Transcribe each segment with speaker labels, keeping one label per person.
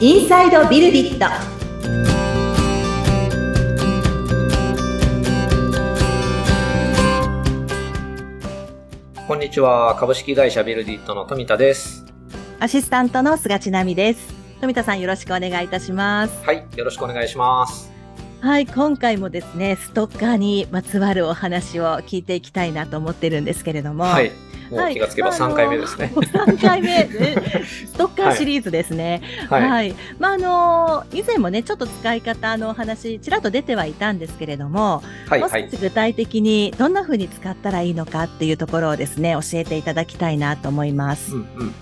Speaker 1: インサイドビルディット
Speaker 2: こんにちは。株式会社ビルディットの富田です。
Speaker 1: アシスタントの菅千奈美です富田さんよろしくお願いいたします
Speaker 2: はい。よろしくお願いします。
Speaker 1: はい今回もですねストッカーにまつわるお話を聞いていきたいなと思ってるんですけれども
Speaker 2: はい。も
Speaker 1: は
Speaker 2: う
Speaker 1: い
Speaker 2: 気がつけば
Speaker 1: まああ
Speaker 2: 3
Speaker 1: の
Speaker 2: 回目ですね。
Speaker 1: もう3回 目、ね、ストッカーシリーズですね。 はい、
Speaker 2: はい。
Speaker 1: まあ、あの以前もね、ちょっと使い方のお話、ちらっと出てはいたんですけれども、
Speaker 2: はい。
Speaker 1: もう少
Speaker 2: はい
Speaker 1: し。具体的にどんな風に使ったらいいのかっていうところをですね、教えていただきたいなと思います。
Speaker 2: うんうん。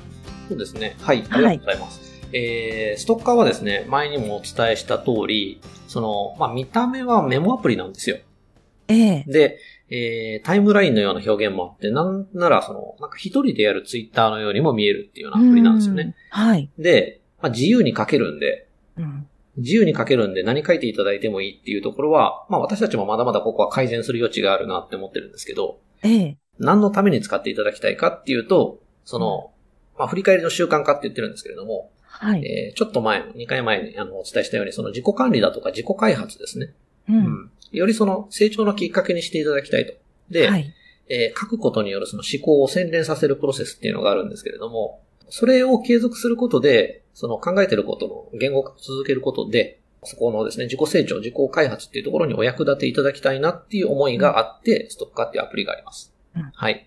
Speaker 2: そうですね。はい。
Speaker 1: は
Speaker 2: あ
Speaker 1: い
Speaker 2: りがとうございます。えー、ストッカーはですね、前にもお伝えした通り、その、まあ、見た目はメモアプリなんですよ。
Speaker 1: ええ。
Speaker 2: で、えー、タイムラインのような表現もあって、なんならその、なんか一人でやるツイッターのようにも見えるっていうようなアプリなんですよね。
Speaker 1: うん。はい。
Speaker 2: で、まあ、自由に書けるんで、
Speaker 1: うん
Speaker 2: 自由に書けるんで何書いていただいてもいいっていうところは、まあ私たちもまだまだここは改善する余地があるなって思ってるんですけど、
Speaker 1: ええ。
Speaker 2: 何のために使っていただきたいかっていうと、その、まあ振り返りの習慣化って言ってるんですけれども、
Speaker 1: はい。
Speaker 2: えーちょっと前、2回前にあのお伝えしたように、その自己管理だとか自己開発ですね。
Speaker 1: う。
Speaker 2: うんん。よりその成長のきっかけにしていただきたいと。で、
Speaker 1: はい。
Speaker 2: えー書くことによるその思考を洗練させるプロセスっていうのがあるんですけれども、それを継続することで、その考えてることの言語化を続けることで、そこのですね、自己成長、自己開発っていうところにお役立ていただきたいなっていう思いがあって、ストッカーっていうアプリがあります。
Speaker 1: うん
Speaker 2: はい。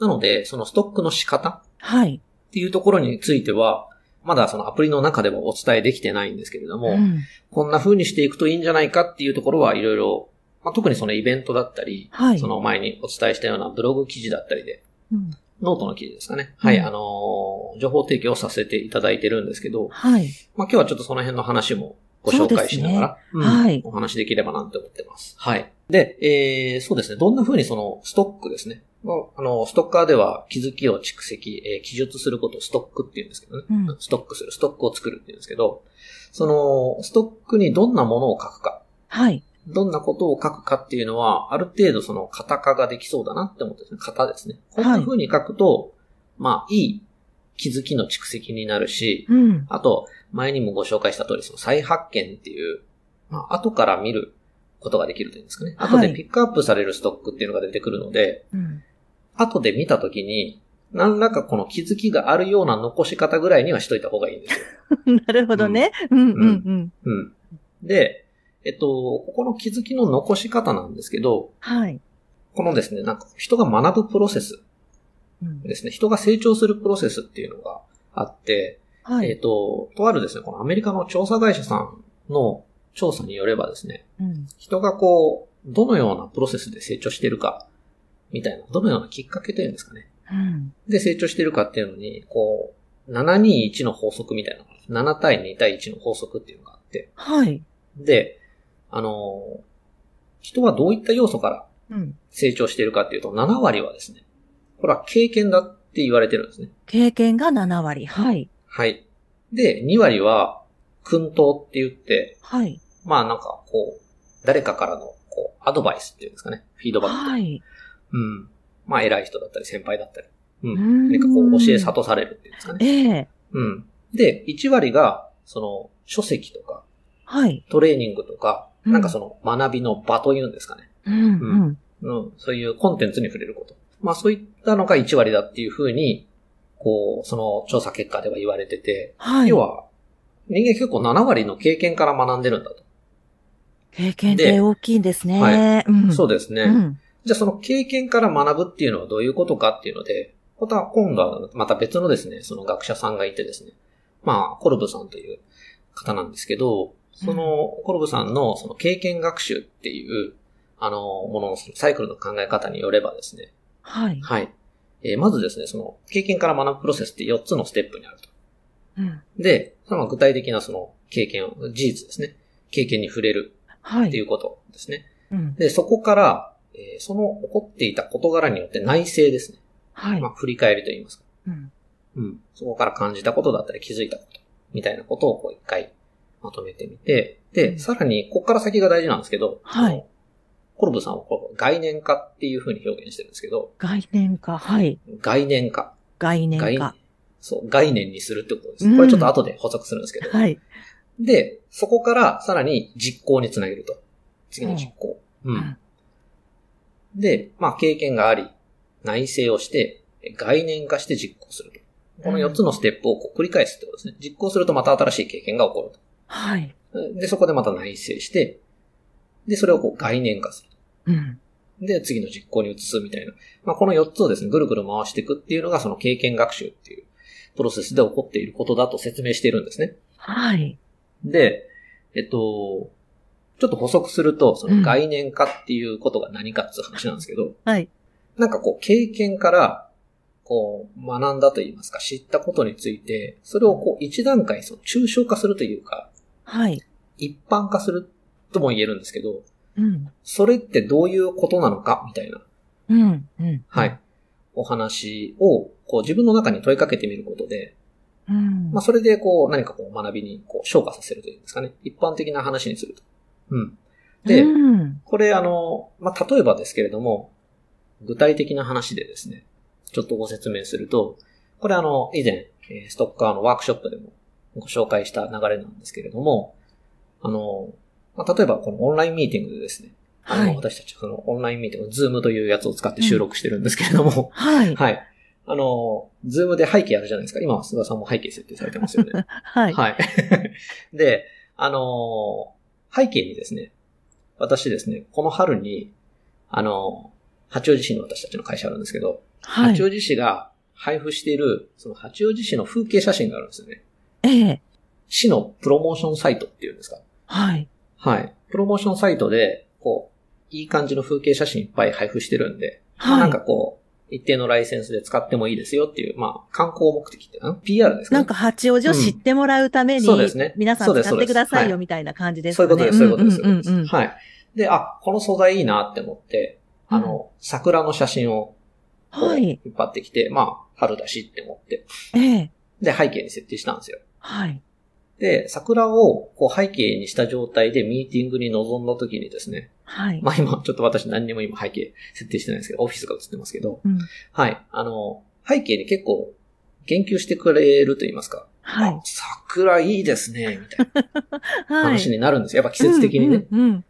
Speaker 2: なので、そのストックの仕方
Speaker 1: はい。
Speaker 2: っていうところについては、まだそのアプリの中でもお伝えできてないんですけれども、
Speaker 1: うん
Speaker 2: こんな風にしていくといいんじゃないかっていうところはいろいろ、まあ、特にそのイベントだったり、
Speaker 1: はい。
Speaker 2: その前にお伝えしたようなブログ記事だったりで、
Speaker 1: うん。
Speaker 2: ノートの記事ですかね。はい、
Speaker 1: うん
Speaker 2: あのー情報提供させていただいてるんですけど、
Speaker 1: はい。
Speaker 2: まあ、今日はちょっとその辺の話もご紹介しながら、
Speaker 1: そうですね
Speaker 2: うん
Speaker 1: はい
Speaker 2: お話しできればなって思ってます。はい。で、えー、そうですね。どんな風にそのストックですね。まああの、ストッカーでは気づきを蓄積、えー記述することをストックって言うんですけどね。
Speaker 1: うん
Speaker 2: ストックする、ストックを作るって言うんですけど、その、ストックにどんなものを書くか。
Speaker 1: はい。
Speaker 2: どんなことを書くかっていうのは、ある程度その型化ができそうだなって思ってですね。型ですね。こんな風に書くと、まあ、いい気づきの蓄積になるし、
Speaker 1: うん。
Speaker 2: あと、前にもご紹介した通り、その再発見っていう、まあ、後から見ることができるというんですかね。
Speaker 1: はい
Speaker 2: 後でピックアップされるストックっていうのが出てくるので、
Speaker 1: うん
Speaker 2: 後で見たときに、何らかこの気づきがあるような残し方ぐらいにはしといた方がいいんですよ。
Speaker 1: なるほどね。うんうんうん。
Speaker 2: うん。で、えっと、ここの気づきの残し方なんですけど、
Speaker 1: はい。
Speaker 2: このですね、なんか人が学ぶプロセス
Speaker 1: うん
Speaker 2: ですね、人が成長するプロセスっていうのがあって、
Speaker 1: は
Speaker 2: えっ、
Speaker 1: い。
Speaker 2: と、とあるですね、このアメリカの調査会社さんの調査によればですね、
Speaker 1: うん
Speaker 2: 人がこう、どのようなプロセスで成長してるか、みたいな、どのようなきっかけというんですかね。
Speaker 1: うん
Speaker 2: で、成長してるかっていうのに、こう、721の法則みたいなのが、7対2対1の法則っていうのがあって、
Speaker 1: はい。
Speaker 2: で、あのー人はどういった要素から
Speaker 1: うん
Speaker 2: 成長しているかっていうと、7割はですね、これは経験だって言われてるんですね。
Speaker 1: 経験が7割。はい。
Speaker 2: はい。で、2割は、訓導って言って、
Speaker 1: はい。
Speaker 2: まあなんかこう、誰かからのこうアドバイスっていうんですかね、フィードバック。
Speaker 1: はい。
Speaker 2: うん。まあ偉い人だったり先輩だったり、う
Speaker 1: 何
Speaker 2: 何かこう教え諭されるっていうんですかね。
Speaker 1: ええ
Speaker 2: うん。で、1割が、その、書籍とか、
Speaker 1: はい。
Speaker 2: トレーニングとか、
Speaker 1: うん
Speaker 2: なんかその学びの場というんですかね。
Speaker 1: うん
Speaker 2: う
Speaker 1: うん。
Speaker 2: うん、そういうコンテンツに触れること。まあそういったのが1割だっていうふうに、こう、その調査結果では言われてて、
Speaker 1: はい。
Speaker 2: 要は、人間結構7割の経験から学んでるんだと。
Speaker 1: 経験って大きいんですね。うん
Speaker 2: そうですね。
Speaker 1: うん
Speaker 2: じゃあその経験から学ぶっていうのはどういうことかっていうので、また今度はまた別のですね、その学者さんがいてですね、まあ、コルブさんという方なんですけど、その、コルブさんのその経験学習っていう、あの、もののそのサイクルの考え方によればですね、
Speaker 1: はい。
Speaker 2: はい。えーまずですね、その、経験から学ぶプロセスって4つのステップにあると。
Speaker 1: うん
Speaker 2: で、その具体的なその、経験を、事実ですね。経験に触れる
Speaker 1: は
Speaker 2: ってい
Speaker 1: い。
Speaker 2: うことですね。
Speaker 1: うん
Speaker 2: で、そこから、えーその起こっていた事柄によって内省ですね。
Speaker 1: はい
Speaker 2: まあ、振り返りと言いますか。
Speaker 1: うん
Speaker 2: うん。そこから感じたことだったり気づいたこと、みたいなことをこう一回まとめてみて、
Speaker 1: う
Speaker 2: で、
Speaker 1: ん
Speaker 2: さらに、ここから先が大事なんですけど、
Speaker 1: はい
Speaker 2: あの。コルブさんはこう概念化っていうふうに表現してるんですけど、
Speaker 1: 概念化。はい。
Speaker 2: 概念化。
Speaker 1: 概念
Speaker 2: 概
Speaker 1: 化。
Speaker 2: そう、概念にするってことで
Speaker 1: う
Speaker 2: す。
Speaker 1: ん
Speaker 2: これちょっと後で補足するんですけど。
Speaker 1: はい。
Speaker 2: で、そこからさらに実行につなげると。次の実行。うん。
Speaker 1: うん
Speaker 2: で、まあ経験があり、内省をして、概念化して実行すると。この4つのステップをこう繰り返すってことですね。実行するとまた新しい経験が起こると。
Speaker 1: はい。
Speaker 2: で、そこでまた内省して、で、それをこう概念化す
Speaker 1: うん。
Speaker 2: る。で、次の実行に移すみたいな。まあ、この4つをですね、ぐるぐる回していくっていうのが、その経験学習っていうプロセスで起こっていることだと説明しているんですね。
Speaker 1: はい。
Speaker 2: で、えっと、ちょっと補足すると、そ
Speaker 1: うん
Speaker 2: の概念化っていうことが何かっていう話なんですけど、
Speaker 1: はい。
Speaker 2: なんかこう、経験から、こう、学んだといいますか、知ったことについて、それをこう、一段階、その、抽象化するというか、
Speaker 1: はい。
Speaker 2: 一般化するとも言えるんですけど、
Speaker 1: うん。
Speaker 2: それってどういうことなのかみたいな、
Speaker 1: うん。うん。
Speaker 2: はい。。お話を、こう自分の中に問いかけてみることで、
Speaker 1: うん。
Speaker 2: まあそれでこう何かこう学びにこう昇華させるというんですかね。一般的な話にすると。うん。で、
Speaker 1: うん。
Speaker 2: これあの、まあ例えばですけれども、具体的な話でですね、ちょっとご説明すると、これあの、以前、えーストッカーのワークショップでもご紹介した流れなんですけれども、あの、まあ例えばこのオンラインミーティングでですね、あの、
Speaker 1: はい。
Speaker 2: 私たちそのオンラインミーティング、ズームというやつを使って収録してるんですけれども、
Speaker 1: はい。
Speaker 2: はい。あの、ズームで背景あるじゃないですか。今は須田さんも背景設定されてます よね。
Speaker 1: はい。
Speaker 2: はい。 で、あの、背景にですね、私ですね、この春に、あの、八王子市の私たちの会社あるんですけど、
Speaker 1: はい
Speaker 2: 八。王子市が配布している、その八王子市の風景写真があるんですよね。
Speaker 1: ええ。
Speaker 2: 市のプロモーションサイトっていうんですか。
Speaker 1: はい。
Speaker 2: はい。プロモーションサイトで、こう、いい感じの風景写真いっぱい配布してるんで、まあ
Speaker 1: は
Speaker 2: ないんか。こう、一定のライセンスで使ってもいいですよっていう、まあ、観光目的って、ん PR ですか、ね、
Speaker 1: なんか八王子を知ってもらうために、
Speaker 2: うんそうですね
Speaker 1: 皆さん
Speaker 2: そうです
Speaker 1: 使ってください
Speaker 2: そうですは
Speaker 1: よ
Speaker 2: い
Speaker 1: みたいな感じです
Speaker 2: そうい
Speaker 1: か
Speaker 2: う
Speaker 1: ね。
Speaker 2: ことです、そういうことです。そう
Speaker 1: う
Speaker 2: いうんこと
Speaker 1: うんうん
Speaker 2: ですはい。で、あ、この素材いいなって思って、あの、桜の写真を
Speaker 1: うん。
Speaker 2: こう
Speaker 1: は
Speaker 2: 引
Speaker 1: い。
Speaker 2: っ張ってきて、まあ、春だしって思って、
Speaker 1: ええ。
Speaker 2: で、背景に設定したんですよ。
Speaker 1: はい。
Speaker 2: で、桜をこう背景にした状態でミーティングに臨んだ時にですね、
Speaker 1: はい。
Speaker 2: まあ今、ちょっと私何にも今背景設定してないんですけど、オフィスが映ってますけど、
Speaker 1: うん。
Speaker 2: はい。あの、背景に結構言及してくれると言いますか、
Speaker 1: はい
Speaker 2: あ。桜いいですね、みたいな
Speaker 1: はい。
Speaker 2: 話になるんですよ。やっぱ季節的にね。
Speaker 1: うんうん
Speaker 2: うん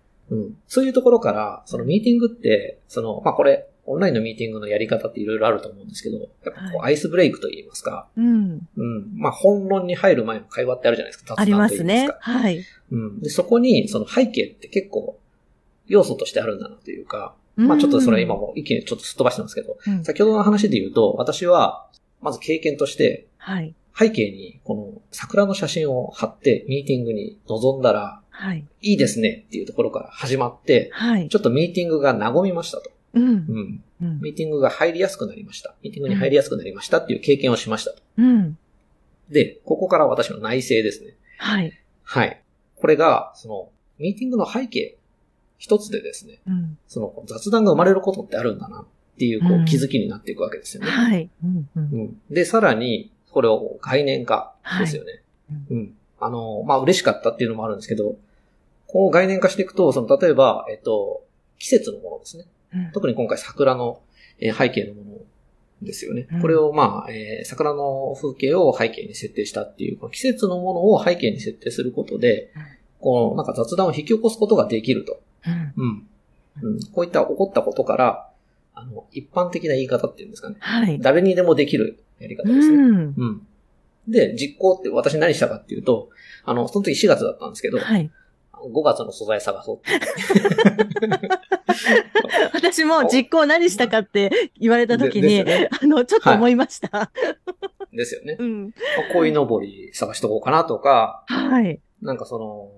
Speaker 2: そういうところから、そのミーティングって、その、まあこれ、オンラインのミーティングのやり方っていろいろあると思うんですけど、やっぱこう
Speaker 1: は
Speaker 2: アイスブレイクと言いますか、
Speaker 1: うん。うん
Speaker 2: うん。まあ本論に入る前の会話ってあるじゃないですか、
Speaker 1: あります
Speaker 2: 言い
Speaker 1: ね
Speaker 2: ま。すか
Speaker 1: はい。
Speaker 2: うん。で、そこに、その背景って結構、要素としてあるんだなというか、まあちょっとそれは今もう一気にちょっとすっ飛ばしてますけど、
Speaker 1: うん、うん
Speaker 2: 先ほどの話で言うと、私は、まず経験として、
Speaker 1: はい。
Speaker 2: 背景にこの桜の写真を貼ってミーティングに臨んだら、
Speaker 1: はい。
Speaker 2: いいですねっていうところから始まって、
Speaker 1: はい。
Speaker 2: ちょっとミーティングが和みましたと。
Speaker 1: うん
Speaker 2: う。ん。
Speaker 1: うん
Speaker 2: ミーティングが入りやすくなりました。ミーティングに入りやすくなりましたっていう経験をしましたと。
Speaker 1: うん。
Speaker 2: で、ここから私の内省ですね。
Speaker 1: はい。
Speaker 2: はい。これが、その、ミーティングの背景一つでですね、
Speaker 1: うん。
Speaker 2: その雑談が生まれることってあるんだなっていうこ
Speaker 1: うん
Speaker 2: う気づきになっていくわけですよね。
Speaker 1: はい。うん。う
Speaker 2: うんん、で、さらに、これを概念化ですよね。
Speaker 1: はい
Speaker 2: うん。あの、まあ、嬉しかったっていうのもあるんですけど、こう概念化していくと、その、例えば、えっと、季節のものですね。
Speaker 1: うん。
Speaker 2: 特に今回桜の、えー背景のものですよね
Speaker 1: うん。
Speaker 2: これを、まあ、えー桜の風景を背景に設定したっていう、この季節のものを背景に設定することで
Speaker 1: うん、
Speaker 2: この、なんか雑談を引き起こすことができると。
Speaker 1: うん
Speaker 2: うん。うん、こういった起こったことから、あの、一般的な言い方っていうんですかね。
Speaker 1: はい。
Speaker 2: 誰にでもできるやり方ですね。
Speaker 1: うん。
Speaker 2: うん。で、実行って私何したかっていうと、あの、その時4月だったんですけど、
Speaker 1: はい。
Speaker 2: 5月の素材探そうって。
Speaker 1: 私も実行何したかって言われたときに、
Speaker 2: でですよね
Speaker 1: あの、ちょっと思いました。
Speaker 2: ですよね。
Speaker 1: うん。
Speaker 2: まあ鯉のぼり探しとこうかなとか、
Speaker 1: はい。
Speaker 2: なんかその、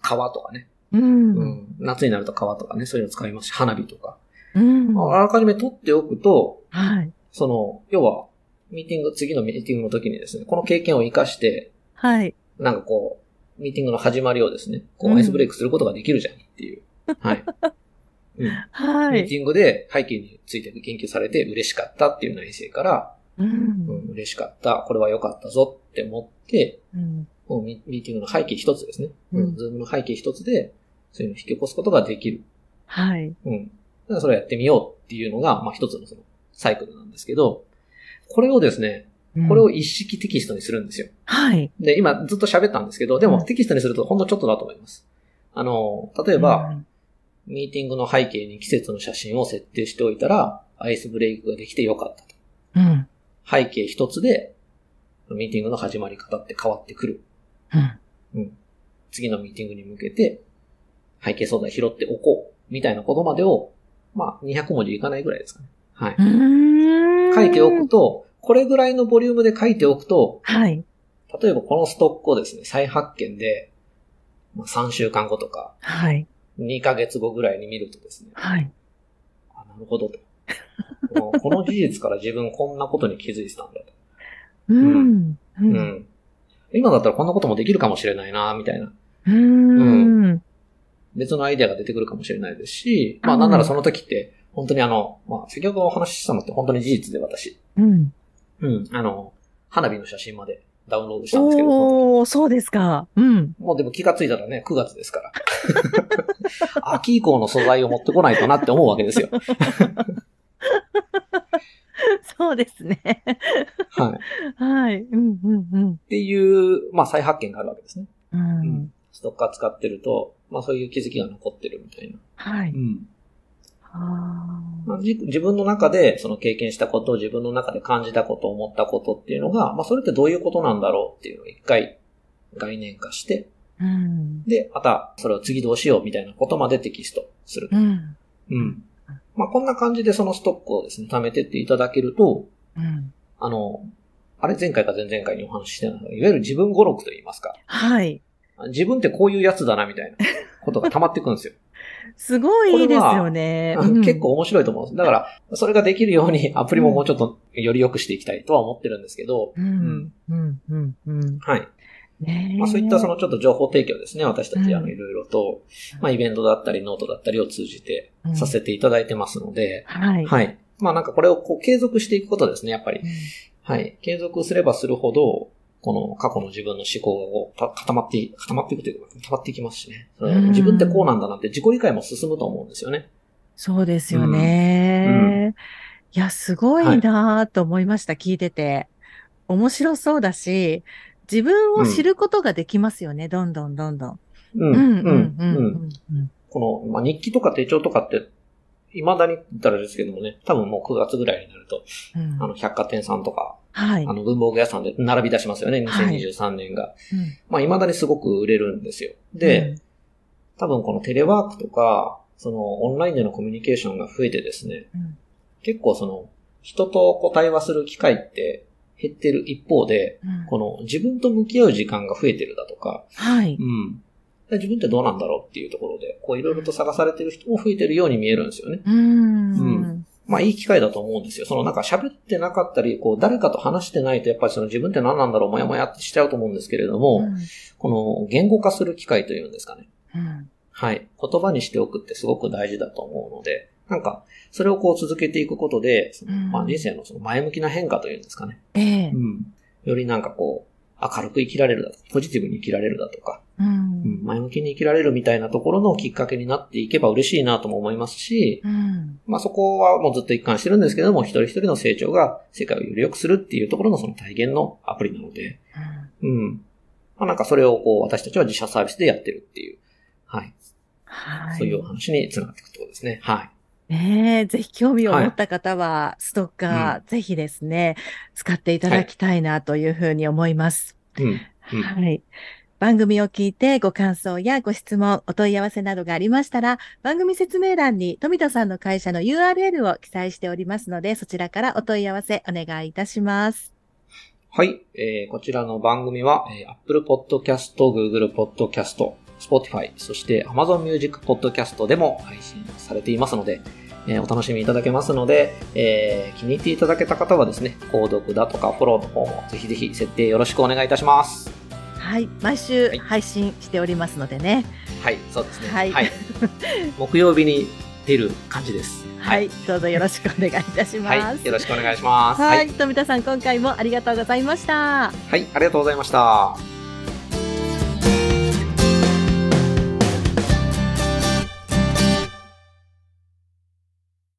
Speaker 2: 川とかね、
Speaker 1: う。
Speaker 2: うんん、夏になると川とかね、そういうの使いますし、花火とか。
Speaker 1: うん。
Speaker 2: まあ
Speaker 1: は
Speaker 2: あらかじめ取っておくと、
Speaker 1: い。
Speaker 2: その、要は、ミーティング、次のミーティングの時にですね、この経験を活かして、
Speaker 1: はい。
Speaker 2: なんかこう、ミーティングの始まりをですね、こ
Speaker 1: う
Speaker 2: うんアイスブレイクすることができるじゃんっていう。はい。うん
Speaker 1: は
Speaker 2: ミー
Speaker 1: い。
Speaker 2: ティングで背景について言及されて嬉しかったっていう内省から、
Speaker 1: う。
Speaker 2: うんん、嬉しかった、これは良かったぞって思って、
Speaker 1: うん。
Speaker 2: もうミミーティングの背景一つですね。
Speaker 1: う
Speaker 2: うんん、ズームの背景一つで、そういうのを引き起こすことができる。
Speaker 1: はい。
Speaker 2: うん。だからそれをやってみようっていうのが、まあ一つのそのサイクルなんですけど、これをです
Speaker 1: う
Speaker 2: ね、
Speaker 1: ん
Speaker 2: これを一式テキストにするんですよ。
Speaker 1: はい。
Speaker 2: で、今ずっと喋ったんですけど、で
Speaker 1: う
Speaker 2: も
Speaker 1: ん
Speaker 2: テキストにするとほんのちょっとだと思います。あの、例えば、ミーティングの背景に季節の写真を設定しておいたら、アイスブレイクができてよかったと。
Speaker 1: うん、うん、
Speaker 2: 背景一つで、ミーティングの始まり方って変わってくる。
Speaker 1: うん。。
Speaker 2: 次のミーティングに向けて、背景素材拾っておこう。みたいなことまでを、まあ、200文字いかないぐらいですかね。はいう
Speaker 1: ーん
Speaker 2: 書いておく。と、これぐらいのボリュームで書いておくと、
Speaker 1: はい、
Speaker 2: 例えばこのストックをですね、再発見で、まあ、3週間後とか、
Speaker 1: はい、
Speaker 2: 2ヶ月後ぐらいに見るとですね、
Speaker 1: はい。
Speaker 2: あ、なるほどと。もうこの事 実から自分こんなことに気づいてたんだと。
Speaker 1: うん、う、
Speaker 2: うんん。今だったらこんなこともできるかもしれないな、みたいな。
Speaker 1: うん。
Speaker 2: 別のアイデアが出てくるかもしれないですし、まあなんならその時って、本当にあの、まあ先ほどお話ししたのって本当に事実で私、
Speaker 1: うん。
Speaker 2: うん、あの、花火の写真までダウンロードしたんですけど、
Speaker 1: おー、そうですか。うん。
Speaker 2: もうでも気がついたらね、9月ですから。 秋以降の素材を持ってこないとなって思うわけですよ。
Speaker 1: そうですね。
Speaker 2: はい。っ
Speaker 1: はい。うん、うん、うん。
Speaker 2: ていう、まあ再発見があるわけですね。
Speaker 1: うん。
Speaker 2: ストッカー使ってると、まあそういう気づきが残ってるみたいな。。
Speaker 1: はいう
Speaker 2: ん。
Speaker 1: あ
Speaker 2: まあ、じ自分の中で、その経験したこと、自分の中で感じたこと、思ったことっていうのが、まあそれってどういうことなんだろうっていうのを一回概念化して、
Speaker 1: ーうん。
Speaker 2: で、またそれを次どうしようみたいなことまでテキストする
Speaker 1: う。ん。
Speaker 2: うん。まあこんな感じでそのストックをですね、貯めてっていただけると、
Speaker 1: うん。
Speaker 2: あの、あれ前回か前々回にお話ししてない、いわゆる自分語録と言いますか。
Speaker 1: はい。
Speaker 2: 自分ってこういうやつだな、みた いなことが溜まってくるんですよ。
Speaker 1: すごいいいですよね。うん
Speaker 2: 結。構面白いと思うんです。だから、それができるようにアプリももうちょっとより良くしていきたいとは思ってるんですけど、
Speaker 1: うん。うん。うん。うん。
Speaker 2: はい。
Speaker 1: ねえ
Speaker 2: まあ、そういったそのちょっと情報提供ですね、私たちあ
Speaker 1: う
Speaker 2: の
Speaker 1: ん
Speaker 2: いろいろと、まあ、イベントだったりノートだったりを通じて
Speaker 1: うん
Speaker 2: させていただいてますので、
Speaker 1: はい。
Speaker 2: はい。まあなんかこれをこう継続していくことですね、やっぱり
Speaker 1: う。ん
Speaker 2: はい。継続すればするほど、この過去の自分の思考がこうた固まって、固まっていくというか、固まっていきますしね。その
Speaker 1: うん
Speaker 2: 自分ってこうなんだなって自己理解も進むと思うんですよね。
Speaker 1: そうですよね。いや、すごいなぁと思いました、聞いてて。面白そうだし、自分を知ることができますよね、どんどんどんどん。
Speaker 2: う、
Speaker 1: うんん、う
Speaker 2: うんん、、
Speaker 1: う
Speaker 2: うんん。
Speaker 1: うん。
Speaker 2: この、まあ、日記とか手帳とかって、未だに言ったらですけどもね、多分もう9月ぐらいになると、
Speaker 1: うん
Speaker 2: あの、百貨店さんとか、
Speaker 1: はい。
Speaker 2: あの、文房具屋さんで並び出しますよね、
Speaker 1: はい
Speaker 2: 2023年が。
Speaker 1: うん
Speaker 2: まあ、未だにすごく売れるんですよ。で、、多分このテレワークとか、そのオンラインでのコミュニケーションが増えてですね、
Speaker 1: うん
Speaker 2: 結構その人とこう対話する機会って減ってる一方で、
Speaker 1: うん
Speaker 2: この自分と向き合う時間が増えてるだとか、
Speaker 1: はい。
Speaker 2: うん、自分ってどうなんだろうっていうところで、こういろいろと探されてる人も増えてるように見えるんですよね。
Speaker 1: うーん。
Speaker 2: うんまあいい機会だと思うんですよ。そのなんか喋ってなかったり、こう誰かと話してないとやっぱりその自分って何なんだろう、もやもやってしちゃうと思うんですけれども、
Speaker 1: うん
Speaker 2: この言語化する機会というんですかね。
Speaker 1: うん
Speaker 2: はい。言葉にしておくってすごく大事だと思うので、なんか、それをこう続けていくことで、その
Speaker 1: うん
Speaker 2: まあ人生のその前向きな変化というんですかね。
Speaker 1: ええ。
Speaker 2: ん。よりなんかこう、明るく生きられるだとか、ポジティブに生きられるだとか、
Speaker 1: う
Speaker 2: うん
Speaker 1: ん。
Speaker 2: 前向きに生きられるみたいなところのきっかけになっていけば嬉しいなとも思いますし、
Speaker 1: うん。
Speaker 2: まあそこはもうずっと一貫してるんですけども、一人一人の成長が世界をより良くするっていうところのその体現のアプリなので、うん。まあなんかそれをこう私たちは自社サービスでやってるっていう、はい。
Speaker 1: はい。
Speaker 2: そういうお話につながっていくところですね。はい。
Speaker 1: ねえ、ぜひ興味を持った方は、ストッカー、ぜひですね、使っていただきたいなというふうに思います。
Speaker 2: うん。うん
Speaker 1: はい。番組を聞いてご感想やご質問、お問い合わせなどがありましたら、番組説明欄に富田さんの会社の URL を記載しておりますので、そちらからお問い合わせお願いいたします。
Speaker 2: はい。えーこちらの番組は、えー Apple Podcast、Google Podcast、Spotify、そして Amazon Music Podcast でも配信されていますので、えーお楽しみいただけますので、えー気に入っていただけた方はですね、購読だとかフォローの方もぜひぜひ設定よろしくお願いいたします。
Speaker 1: はい。毎週
Speaker 2: はい
Speaker 1: 配信しておりますのでね。
Speaker 2: はい、そうですね。
Speaker 1: はい
Speaker 2: はい、木曜日に出る感じです。
Speaker 1: はい。どうぞよろしくお願いいたし
Speaker 2: は
Speaker 1: ま
Speaker 2: い。
Speaker 1: す。
Speaker 2: はい、よろしくお願いします。
Speaker 1: は
Speaker 2: はい
Speaker 1: い。富田さん、今回もありがとうございました。
Speaker 2: はい、ありがとうございました。